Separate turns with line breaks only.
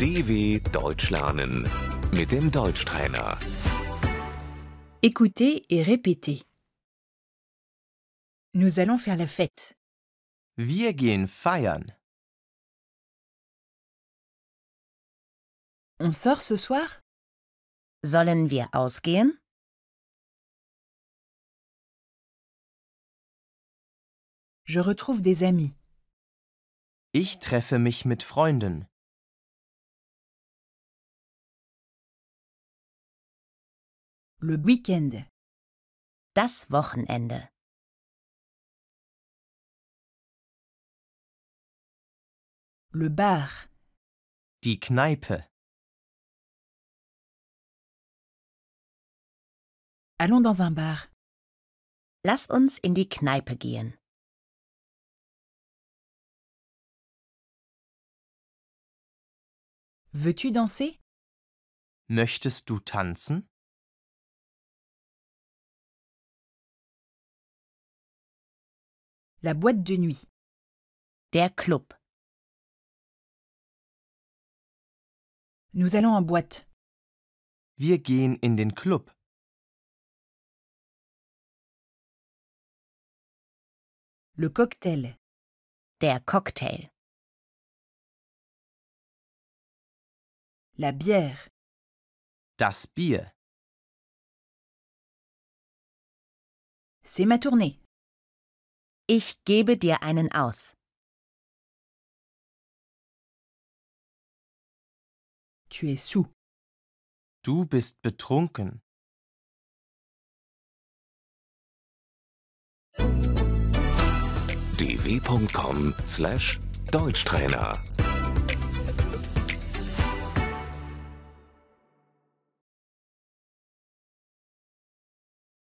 DW Deutsch lernen mit dem Deutschtrainer.
Écoutez et répétez. Nous allons faire la fête.
Wir gehen feiern.
On sort ce soir
Sollen wir ausgehen?
Je retrouve des amis.
Ich treffe mich mit Freunden.
Le week-end.
Das Wochenende.
Le bar.
Die Kneipe.
Allons dans un bar.
Lass uns in die Kneipe gehen.
Veux-tu danser
Möchtest du tanzen?
La boîte de nuit.
Der Club.
Nous allons en boîte.
Wir gehen in den Club.
Le cocktail.
Der Cocktail.
La bière.
Das Bier.
C'est ma tournée.
Ich gebe dir einen aus.
Tu es sous.
Du bist betrunken.
dw.com/deutschtrainer